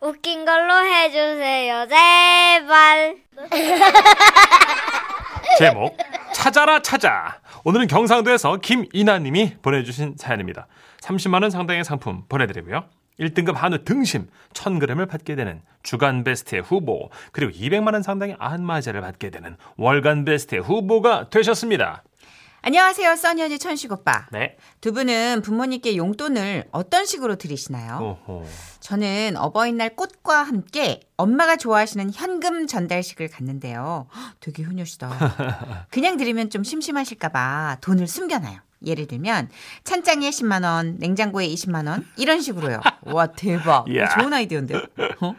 웃긴 걸로 해주세요, 제발. 제목 찾아라 찾아. 오늘은 경상도에서 김이나님이 보내주신 사연입니다. 30만 원 상당의 상품 보내드리고요. 1등급 한우 등심 1,000g을 받게 되는 주간 베스트의 후보 그리고 200만 원 상당의 안마자를 받게 되는 월간 베스트의 후보가 되셨습니다. 안녕하세요, 써니언니 천식 오빠. 네. 두 분은 부모님께 용돈을 어떤 식으로 드리시나요? 오호. 저는 어버이날 꽃과 함께 엄마가 좋아하시는 현금 전달식을 갔는데요. 헉, 되게 효녀시다. 그냥 드리면 좀 심심하실까봐 돈을 숨겨놔요. 예를 들면 찬장에 10만 원, 냉장고에 20만 원 이런 식으로요. 와 대박. 이야. 좋은 아이디어인데. 어?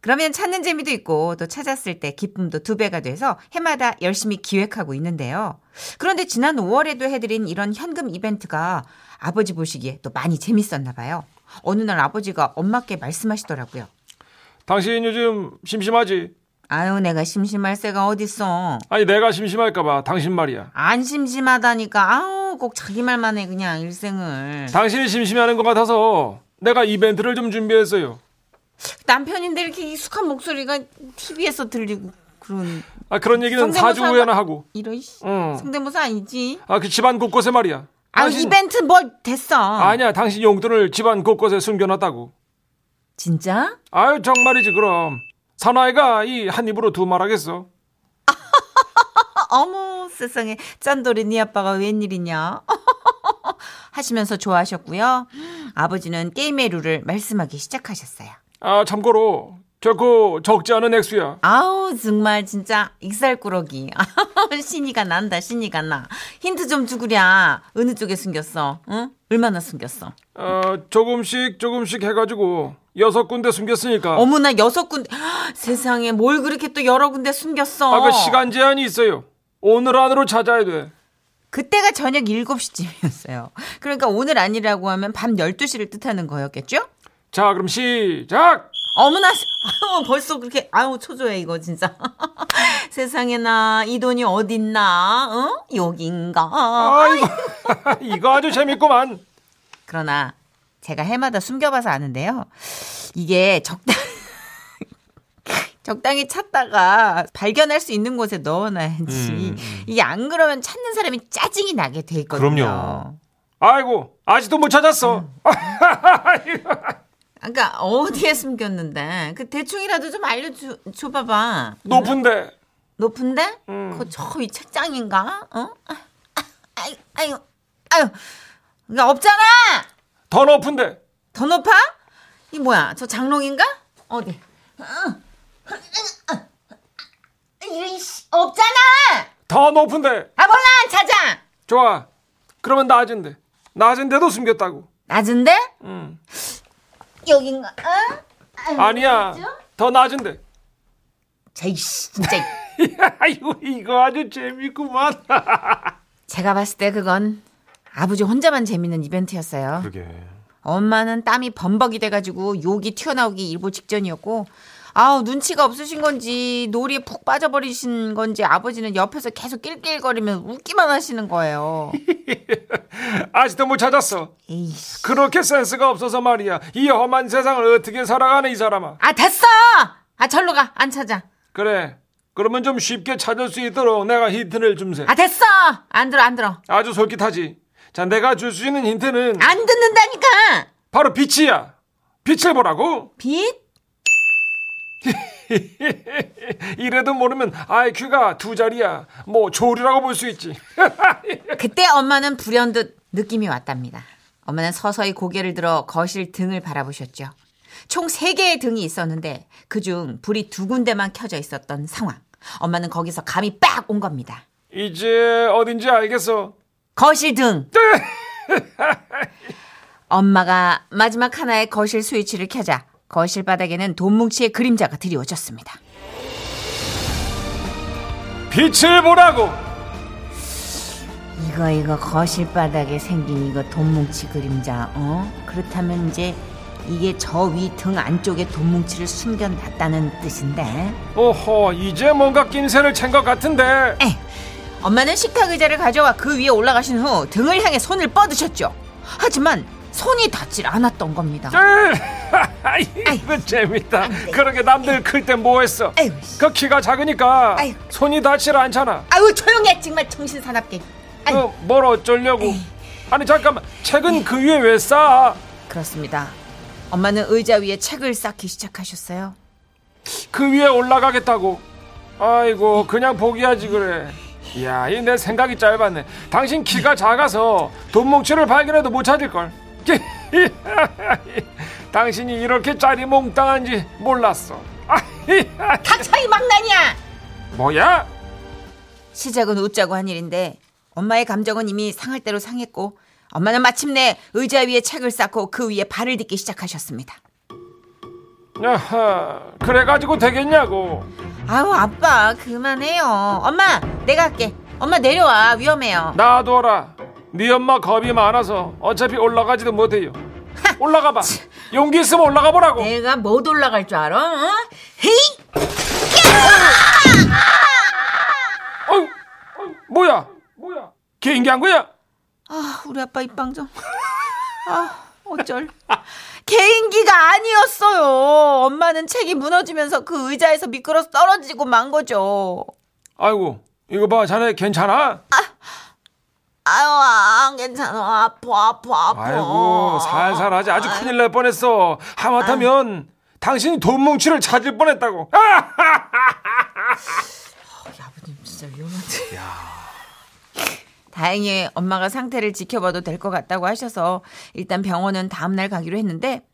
그러면 찾는 재미도 있고 또 찾았을 때 기쁨도 두 배가 돼서 해마다 열심히 기획하고 있는데요. 그런데 지난 5월에도 해드린 이런 현금 이벤트가 아버지 보시기에 또 많이 재밌었나 봐요. 어느 날 아버지가 엄마께 말씀하시더라고요. 당신 요즘 심심하지? 아유 내가 심심할 새가 어딨어. 아니 내가 심심할까봐 당신 말이야. 안 심심하다니까 아우 꼭 자기 말만 해 그냥 일생을. 당신이 심심해하는 것 같아서 내가 이벤트를 좀 준비했어요. 남편인데 이렇게 익숙한 목소리가 TV에서 들리고 그런 아 그런 얘기는 성대모사 4주 후에나 하고. 이런 씨. 응. 성대모사 아니지? 아 그 집안 곳곳에 말이야. 아 당신- 이벤트 뭐 됐어. 아니야, 당신 용돈을 집안 곳곳에 숨겨놨다고. 진짜? 아유, 정말이지, 그럼. 사나이가 이 한 입으로 두 말하겠어. 어, 어머 세상에 짠돌이 네 아빠가 웬일이냐? 하시면서 좋아하셨고요. 아버지는 게임의 룰을 말씀하기 시작하셨어요. 아, 참고로, 결코 적지 않은 액수야. 아우 정말 진짜 익살꾸러기 신이가 난다 신이가 나 힌트 좀 주구랴 어느 쪽에 숨겼어 응 얼마나 숨겼어 어, 조금씩, 조금씩 해가지고, 여섯 군데 숨겼으니까. 어머나 여섯 군데 헉, 세상에 뭘 그렇게 또 여러 군데 숨겼어 아, 그 시간 제한이 있어요. 오늘 안으로 찾아야 돼. 그때가 저녁 7시쯤이었어요 그러니까 오늘 아니라고 하면 밤 12시를 뜻하는 거였겠죠 자, 그럼 시작! 어머나 아우, 벌써 그렇게 아우 초조해 이거 진짜 세상에나 이 돈이 어딨나 어? 여긴가 아이고, 이거 아주 재밌구만. 그러나 제가 해마다 숨겨봐서 아는데요. 이게 적당 적당히 찾다가 발견할 수 있는 곳에 넣어놔야지. 음, 이게 안 그러면 찾는 사람이 짜증이 나게 돼 있거든요. 그럼요. 아이고, 아직도 못 찾았어. 그러니까 어디에 숨겼는데 그 대충이라도 좀 알려줘 줘봐봐. 높은데. 높은데? 그거 저 위 책장인가? 어? 아, 아, 아유, 아유, 아유, 이게 없잖아. 더 높은데. 더 높아? 이 뭐야? 저 장롱인가? 어디? 이런 씨 없잖아. 더 높은데. 아 몰라 안 찾아. 좋아. 그러면 낮은데. 낮은데도 숨겼다고. 낮은데? 음. 여긴가? 어? 아니야. 더 낮은데. 제이씨 진짜. 아이고 이거 아주 재밌구만. 제가 봤을 때 그건 아버지 혼자만 재밌는 이벤트였어요. 그러게. 엄마는 땀이 범벅이 돼가지고 욕이 튀어나오기 일보 직전이었고 아우 눈치가 없으신 건지 놀이에 푹 빠져버리신 건지 아버지는 옆에서 계속 낄낄거리면 웃기만 하시는 거예요. 아직도 못 찾았어. 에이씨. 그렇게 센스가 없어서 말이야. 이 험한 세상을 어떻게 살아가는 이 사람아. 아 됐어! 아 절로 가 안 찾아. 그래. 그러면 좀 쉽게 찾을 수 있도록 내가 힌트를 줌세. 아 됐어! 안 들어 안 들어. 아주 솔깃하지. 자, 내가 줄 수 있는 힌트는 안 듣는다니까. 바로 빛이야. 빛을 보라고. 빛? 이래도 모르면 IQ가 두 자리야. 뭐 조류라고 볼 수 있지. 그때 엄마는 불현듯 느낌이 왔답니다. 엄마는 서서히 고개를 들어 거실 등을 바라보셨죠. 총 3개의 등이 있었는데 그중 불이 두 군데만 켜져 있었던 상황. 엄마는 거기서 감이 빡 온 겁니다. 이제 어딘지 알겠어. 거실 등. 엄마가 마지막 하나의 거실 스위치를 켜자 거실 바닥에는 돈뭉치의 그림자가 드리워졌습니다. 빛을 보라고. 이거 이거 거실 바닥에 생긴 이거 돈뭉치 그림자 어 그렇다면 이제 이게 저 위 등 안쪽에 돈뭉치를 숨겨놨다는 뜻인데 오호 이제 뭔가 낌새를 챈 것 같은데 에 엄마는 식탁 의자를 가져와 그 위에 올라가신 후 등을 향해 손을 뻗으셨죠 하지만 손이 닿질 않았던 겁니다. 이거 재밌다. 그러게 남들 클 때 뭐했어? 아이고, 그 키가 작으니까 아유. 손이 닿질 않잖아. 아유 조용히 해 정말 정신 사납게. 아이. 그 뭘 어쩌려고? 아니 잠깐만 책은 그 위에 왜 싸? 그렇습니다. 엄마는 의자 위에 책을 쌓기 시작하셨어요. 그 위에 올라가겠다고. 아이고 그냥 포기하지 그래. 이야 이 내 생각이 짧았네. 당신 키가 작아서 돈 뭉치를 발견해도 못 찾을 걸. 당신이 이렇게 짜리몽땅한지 몰랐어. 닥쳐 이 망나니야! 뭐야? 시작은 웃자고 한 일인데 엄마의 감정은 이미 상할 대로 상했고 엄마는 마침내 의자 위에 책을 쌓고 그 위에 발을 딛기 시작하셨습니다. 야하, 그래가지고 되겠냐고. 아우 아빠 그만해요. 엄마 내가 할게. 엄마 내려와 위험해요. 놔둬라. 네 엄마 겁이 많아서 어차피 올라가지도 못해요. 올라가 봐. 용기 있으면 올라가 보라고. 내가 못 올라갈 줄 알아? 어? 헤이! 어휴, 어휴, 뭐야? 뭐야? 개인기 한 거야? 아 우리 아빠 입방정. 아 어쩔. 개인기가 아니었어요. 엄마는 책이 무너지면서 그 의자에서 미끄러져 떨어지고 만 거죠. 아이고, 이거 봐. 자네 괜찮아? 아유 안 괜찮아. 아파 아파 아파. 어. 아이고, 살살하지. 아주 큰일 날 뻔했어. 하마터면 당신이 돈 뭉치를 찾을 뻔했다고. 아! 아버님 진짜 위험한데. 다행히 엄마가 상태를 지켜봐도 될 것 같다고 하셔서 일단 병원은 다음날 가기로 했는데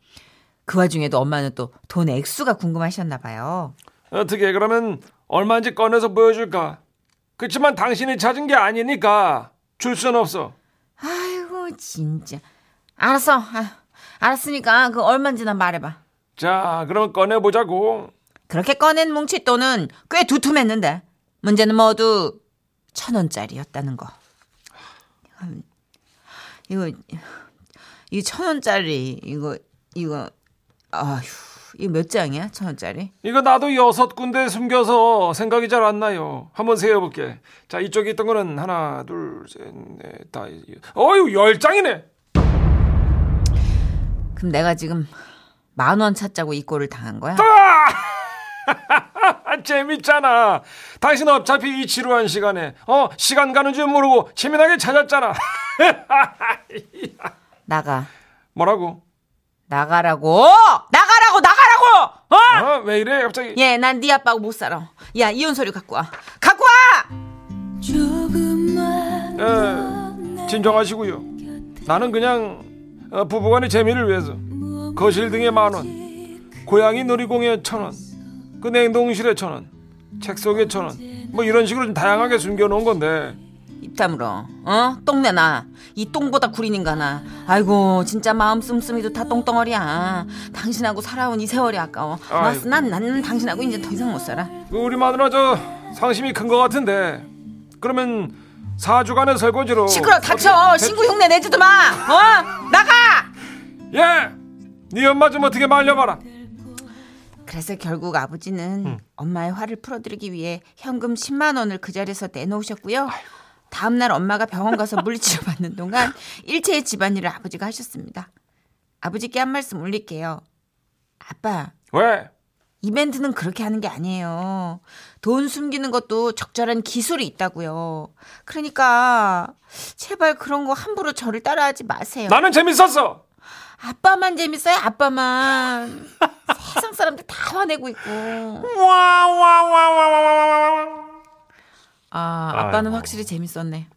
그 와중에도 엄마는 또 돈 액수가 궁금하셨나 봐요. 어떻게 그러면 얼마인지 꺼내서 보여줄까? 그렇지만 당신이 찾은 게 아니니까 줄 순 없어. 아이고 진짜. 알았어. 아, 알았으니까 그 얼마인지 난 말해봐. 자, 그럼 꺼내보자고. 그렇게 꺼낸 뭉칫돈은 꽤 두툼했는데 문제는 모두 천 원짜리였다는 거. 음, 이거 이 천 원짜리 이거 이거 아휴 이거 몇 장이야 천 원짜리? 이거 나도 여섯 군데 숨겨서 생각이 잘 안 나요. 한번 세어볼게. 자, 이쪽에 있던 거는 하나, 둘, 셋, 넷, 다. 어유, 열 장이네! 그럼 내가 지금 만 원 찾자고 이 꼴을 당한 거야? 아, 재밌잖아. 당신 어차피 이 지루한 시간에, 어, 시간 가는 줄 모르고 재미나게 찾았잖아. 나가 뭐라고? 나가라고 나가라고 나가라고 어? 어, 왜 이래, 갑자기? 예, 난 네 아빠하고 못 살아. 야 이혼 서류 갖고 와 갖고 와. 예, 진정하시고요. 나는 그냥 어, 부부간의 재미를 위해서 거실 등에 만 원, 고양이 놀이공에 천 원, 그 냉동실에 천 원, 책 속에 천 원, 뭐 이런 식으로 좀 다양하게 숨겨놓은 건데 입 다물어. 어? 똥내 나. 이 똥보다 구린 인간아. 아이고, 진짜 마음 씀씀이도 다 똥덩어리야. 당신하고 살아온 이 세월이 아까워. 아이고. 난, 난 당신하고 이제 더 이상 못 살아. 그 우리 마누라 저 상심이 큰 것 같은데 그러면 4주간의 설거지로 시끄러, 닥쳐. 어떻게- 신구 흉내 내지도 마. 어? 나가! 예! 네 엄마 좀 어떻게 말려봐라 그래서 결국 아버지는 엄마의 화를 풀어드리기 위해 현금 10만 원을 그 자리에서 내놓으셨고요. 다음날 엄마가 병원 가서 물리치료 받는 동안 일체의 집안일을 아버지가 하셨습니다. 아버지께 한 말씀 올릴게요. 아빠, 왜? 이벤트는 그렇게 하는 게 아니에요. 돈 숨기는 것도 적절한 기술이 있다고요. 그러니까 제발 그런 거 함부로 저를 따라하지 마세요. 나는 재밌었어 아빠만 재밌어요. 아빠만. 세상 사람들 다 화내고 있고. 와와와와와와와 아, 아빠는 아이고. 확실히 재밌었네.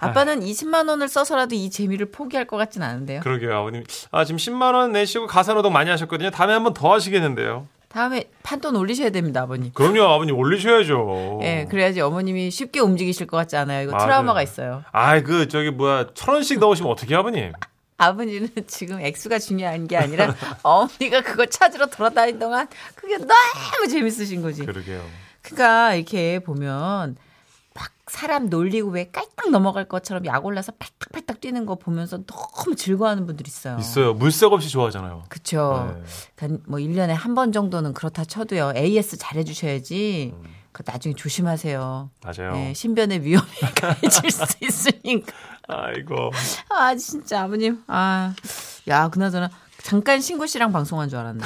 아빠는 20만 원을 써서라도 이 재미를 포기할 것 같진 않은데요. 그러게요 아버님 아 지금 10만 원 내시고 가사노동 많이 하셨거든요 다음에 한 번 더 하시겠는데요 다음에 판돈 올리셔야 됩니다, 아버님. 그럼요 아버님 올리셔야죠 예, 그래야지 어머님이 쉽게 움직이실 것 같지 않아요. 이거 맞아요. 트라우마가 있어요. 아이 그 저기 뭐야 천 원씩 넣으시면 어떻게 아버님 아버님은 지금 액수가 중요한 게 아니라 어머니가 그거 찾으러 돌아다니는 동안 그게 너무 재밌으신 거지. 그러게요 그러니까 이렇게 보면 막 사람 놀리고 왜 깔딱 넘어갈 것처럼 약 올라서 팔딱팔딱 뛰는 거 보면서 너무 즐거워하는 분들 있어요. 있어요. 물색 없이 좋아하잖아요. 그쵸. 네. 단 뭐 1년에 한 번 정도는 그렇다 쳐도요. AS 잘해주셔야지. 그 나중에 조심하세요. 맞아요. 예, 신변의 위험이 가해질 수 있으니까. 아이고. 아 진짜 아버님 아 야 그나저나 잠깐 신구 씨랑 방송한 줄 알았네.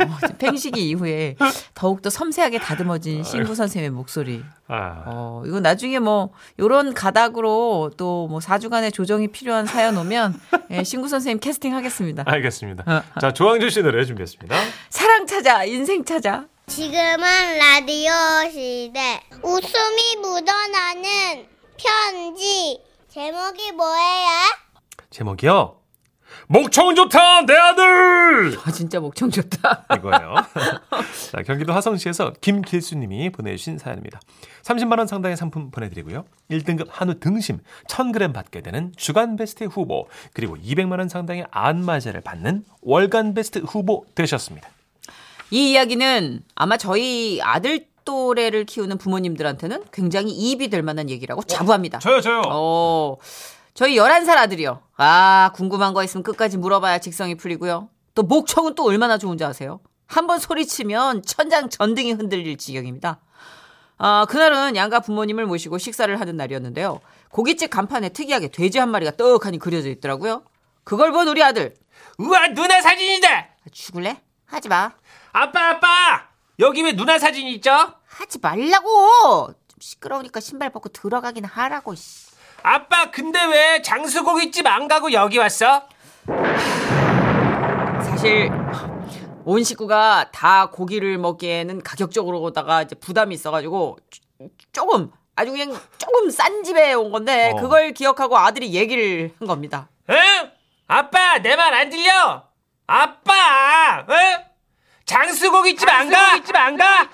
어, 지금 팽식이 이후에 더욱더 섬세하게 다듬어진 신구 선생님의 목소리. 아, 어 이거 나중에 뭐 요런 가닥으로 또 뭐 4주간의 조정이 필요한 사연 오면 예, 신구 선생님 캐스팅 하겠습니다. 알겠습니다. 어. 자, 조항준 씨 노래 준비했습니다. 사랑 찾아 인생 찾아. 지금은 라디오 시대. 웃음이 묻어나는 편지. 제목이 뭐예요? 제목이요. 목청 좋다 내 아들 아 진짜 목청 좋다. 이거예요. 자 경기도 화성시에서 김길수님이 보내주신 사연입니다. 30만 원 상당의 상품 보내드리고요. 1등급 한우 등심 1,000g 받게 되는 주간 베스트 후보 그리고 200만 원 상당의 안마제를 받는 월간 베스트 후보 되셨습니다. 이 이야기는 아마 저희 아들 또래를 키우는 부모님들한테는 굉장히 이입이 될 만한 얘기라고 자부합니다. 저요 저요. 어, 저희 11살 아들이요. 아, 궁금한 거 있으면 끝까지 물어봐야 직성이 풀리고요. 또 목청은 또 얼마나 좋은지 아세요? 한 번 소리치면 천장 전등이 흔들릴 지경입니다. 아, 그날은 양가 부모님을 모시고 식사를 하는 날이었는데요. 고깃집 간판에 특이하게 돼지 한 마리가 떡하니 그려져 있더라고요. 그걸 본 우리 아들. 우와 누나 사진이다. 죽을래? 하지 마. 아빠 아빠 여기 왜 누나 사진 있죠? 하지 말라고! 좀 시끄러우니까 신발 벗고 들어가긴 하라고, 씨. 아빠 근데 왜 장수고깃집 안 가고 여기 왔어? 사실 온 식구가 다 고기를 먹기에는 가격적으로다가 이제 부담이 있어가지고 조- 조금 아주 그냥 조금 싼 집에 온 건데 어. 그걸 기억하고 아들이 얘기를 한 겁니다. 응? 아빠 내 말 안 들려? 아빠 응? 장수고깃집 안 가? 장수고깃집 안 가?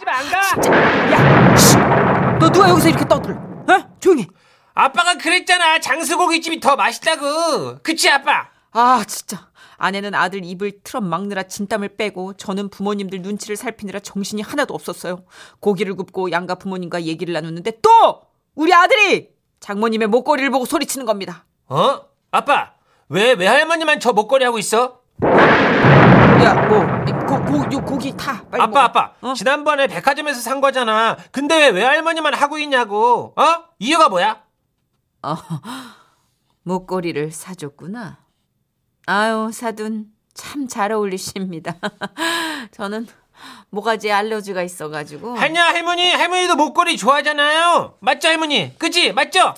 너 누가 여기서 이렇게 떠들? 어? 조용히. 해. 아빠가 그랬잖아 장수고깃집이 더 맛있다고 그치 아빠? 아 진짜 아내는 아들 입을 틀어 막느라 진땀을 빼고 저는 부모님들 눈치를 살피느라 정신이 하나도 없었어요. 고기를 굽고 양가 부모님과 얘기를 나누는데 또 우리 아들이 장모님의 목걸이를 보고 소리치는 겁니다. 어? 아빠 왜 외할머니만 저 목걸이 하고 있어? 야, 뭐, 고, 고, 요, 고기 타. 빨리 먹어. 아빠 아빠 어? 지난번에 백화점에서 산 거잖아 근데 왜 외할머니만 하고 있냐고 어? 이유가 뭐야? 목걸이를 사줬구나. 아유, 사둔. 참 잘 어울리십니다. 저는 모가지에 알러지가 있어가지고. 할냐 할머니 할머니도 목걸이 좋아하잖아요 맞죠 할머니 그치 맞죠?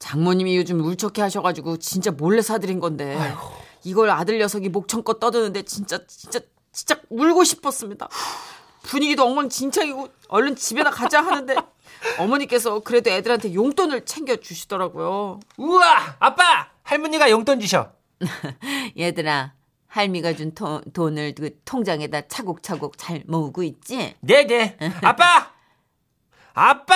장모님이 요즘 울적해 하셔가지고 진짜 몰래 사드린 건데. 이걸 아들 녀석이 목청껏 떠드는데 진짜, 진짜, 진짜 울고 싶었습니다. 분위기도 엉망진창이고 얼른 집에나 가자 하는데 어머니께서 그래도 애들한테 용돈을 챙겨주시더라고요. 우와 아빠 할머니가 용돈 주셔 얘들아 할미가 준 토- 돈을 그 통장에다 차곡차곡 잘 모으고 있지? 네네. 아빠! 아빠!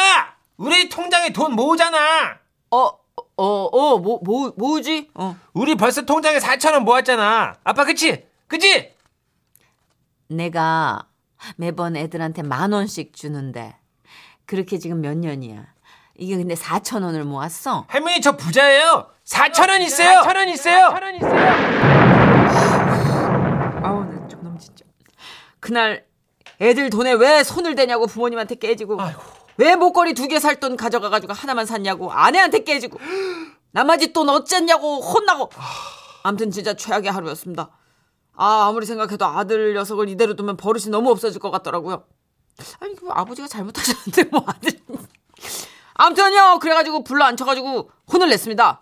우리 통장에 돈 모으잖아! 어 어 어뭐 뭐, 뭐지? 어 우리 벌써 통장에 4천원 모았잖아. 아빠, 그치? 그치? 내가 매번 애들한테 만 원씩 주는데 그렇게 지금 몇 년이야? 이게 근데 4천 원을 모았어. 할머니, 저 부자예요. 4천원 있어요! 4천원 있어요! 아우 나 저놈 진짜. 그날 애들 돈에 왜 손을 대냐고 부모님한테 깨지고 왜 목걸이 두 개 살 돈 가져가가지고 하나만 샀냐고 아내한테 깨지고 나머지 돈 어쨌냐고 혼나고 암튼 진짜 최악의 하루였습니다. 아 아무리 생각해도 아들 녀석을 이대로 두면 버릇이 너무 없어질 것 같더라고요. 아니 그 아버지가 잘못하셨는데 뭐 아들. 암튼요 그래가지고 불러 앉혀가지고 혼을 냈습니다.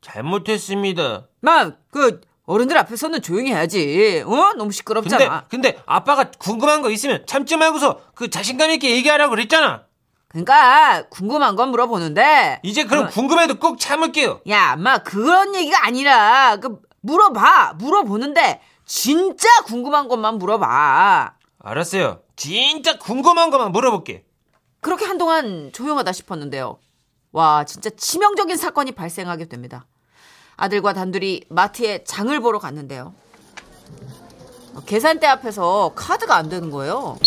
잘못했습니다. 만, 그, 어른들 앞에서는 조용히 해야지. 어? 너무 근데, 시끄럽잖아. 근데 아빠가 궁금한 거 있으면 참지 말고서 그 자신감 있게 얘기하라고 그랬잖아. 그러니까, 궁금한 건 물어보는데. 이제 그럼 궁금해도 꼭 참을게요. 야, 엄마, 그런 얘기가 아니라, 그, 물어봐. 물어보는데, 진짜 궁금한 것만 물어봐. 알았어요. 진짜 궁금한 것만 물어볼게. 그렇게 한동안 조용하다 싶었는데요. 와, 진짜 치명적인 사건이 발생하게 됩니다. 아들과 단둘이 마트에 장을 보러 갔는데요. 어, 계산대 앞에서 카드가 안 되는 거예요.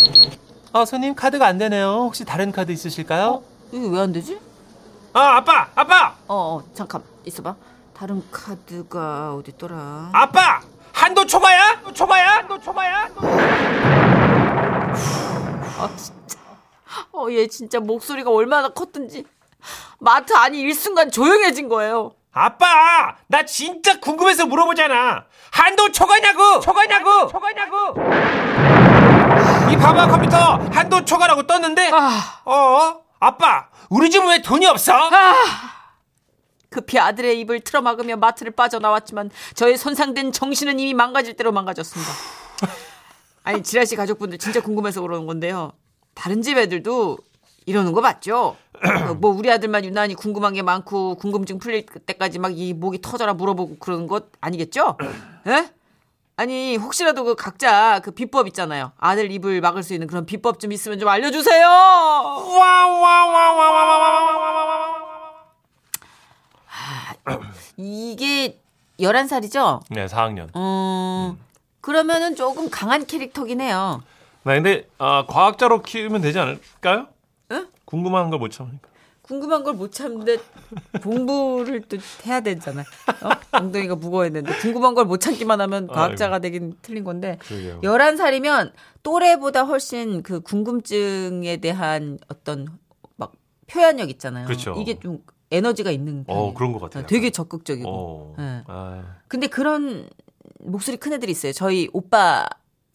어, 아, 손님 카드가 안 되네요. 혹시 다른 카드 있으실까요? 이게 왜 안 되지? 어, 아빠, 아빠, 어, 어, 잠깐 있어봐. 다른 카드가 어딨더라? 아빠. 한도 초과야? 한도 초과야? 한도 초과야? 한도- 아, 진짜. 어, 얘 진짜 목소리가 얼마나 컸든지. 마트 안이 일순간 조용해진 거예요. 아빠, 나 진짜 궁금해서 물어보잖아. 한도 초과냐고? 초과냐고? 초과냐고? 이 봐봐 컴퓨터 한도 초과라고 떴는데. 아. 어, 아빠, 우리 집은 왜 돈이 없어? 급히 아들의 입을 틀어막으며 마트를 빠져나왔지만 저의 손상된 정신은 이미 망가질 대로 망가졌습니다. 아니, 지라 씨 가족분들 진짜 궁금해서 그러는 건데요. 다른 집 애들도 이러는 거 맞죠? 어, 뭐 우리 아들만 유난히 궁금한 게 많고 궁금증 풀릴 때까지 막 이 목이 터져라 물어보고 그러는 것 아니겠죠? 에? 아니 혹시라도 그 각자 그 비법 있잖아요. 아들 입을 막을 수 있는 그런 비법 좀 있으면 좀 알려주세요. 이게 11살이죠? 네, 4학년. 어, 그러면은 조금 강한 캐릭터긴 해요. 네, 근데 아, 과학자로 키우면 되지 않을까요? 궁금한 걸 못 참으니까. 궁금한 걸 못 참는데 공부를 또 해야 되잖아. 어? 엉덩이가 무거워했는데 궁금한 걸 못 참기만 하면 과학자가 되긴 틀린 건데 그러게요. 11살이면 또래보다 훨씬 그 궁금증에 대한 어떤 막 표현력 있잖아요. 그렇죠. 이게 좀 에너지가 있는 어, 편이에요. 그런 것 같아요. 되게 적극적이고. 어. 예. 아, 근데 그런 목소리 큰 애들이 있어요. 저희 오빠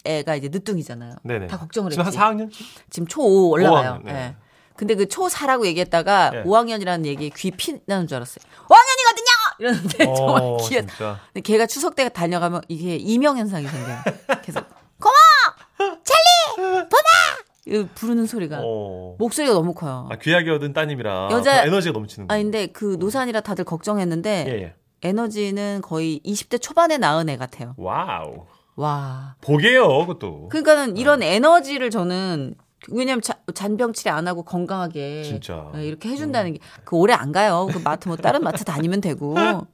애가 이제 늦둥이잖아요. 네네. 다 걱정을 지금 했지. 한 4학년? 지금 초5 올라와요. 오학년, 네. 예. 근데 그 초4라고 얘기했다가 예. 5학년이라는 얘기에 귀 피나는 줄 알았어요. 5학년이거든요! 이러는데 네, 정말 귀에. 어, 진짜. 근데 걔가 추석 때 달려가면 이게 이명현상이 생겨요. 계속. 고마워! 찰리! 보마! 부르는 소리가. 어. 목소리가 너무 커요. 아, 귀하게 얻은 따님이라 여자- 그 에너지가 넘치는 거. 아, 근데 그 노산이라 다들 걱정했는데 예, 예. 에너지는 거의 20대 초반에 낳은 애 같아요. 와우. 와. 보게요, 그것도. 그러니까는 어. 이런 에너지를 저는 왜냐면 자- 잔병치레 안 하고 건강하게 진짜. 음. 예, 이렇게 해준다는 게 그 오래 안 가요. 그 마트 뭐 다른 마트 다니면 되고 어?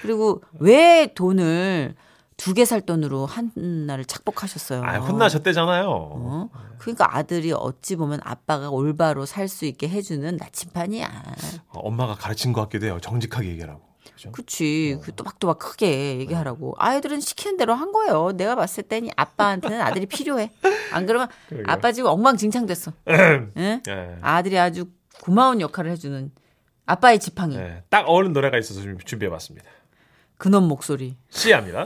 그리고 왜 돈을 두 개 살 돈으로 한 날을 착복하셨어요. 아, 혼나셨대잖아요. 어? 그러니까 아들이 어찌 보면 아빠가 올바로 살 수 있게 해주는 나침판이야. 어, 엄마가 가르친 것 같기도 해요. 정직하게 얘기하라고. 그죠? 어. 그치. 그 또박또박 크게 얘기하라고. 네. 아이들은 시키는 대로 한 거예요. 내가 봤을 땐 아빠한테는 아들이 필요해. 안 그러면 그러게요. 아빠 지금 엉망진창 됐어. 응? 예. 아들이 아주 고마운 역할을 해주는 아빠의 네. 지팡이. 예. 딱 어울리는 노래가 있어서 좀 준비해봤습니다. 근원 목소리. 씨합니다.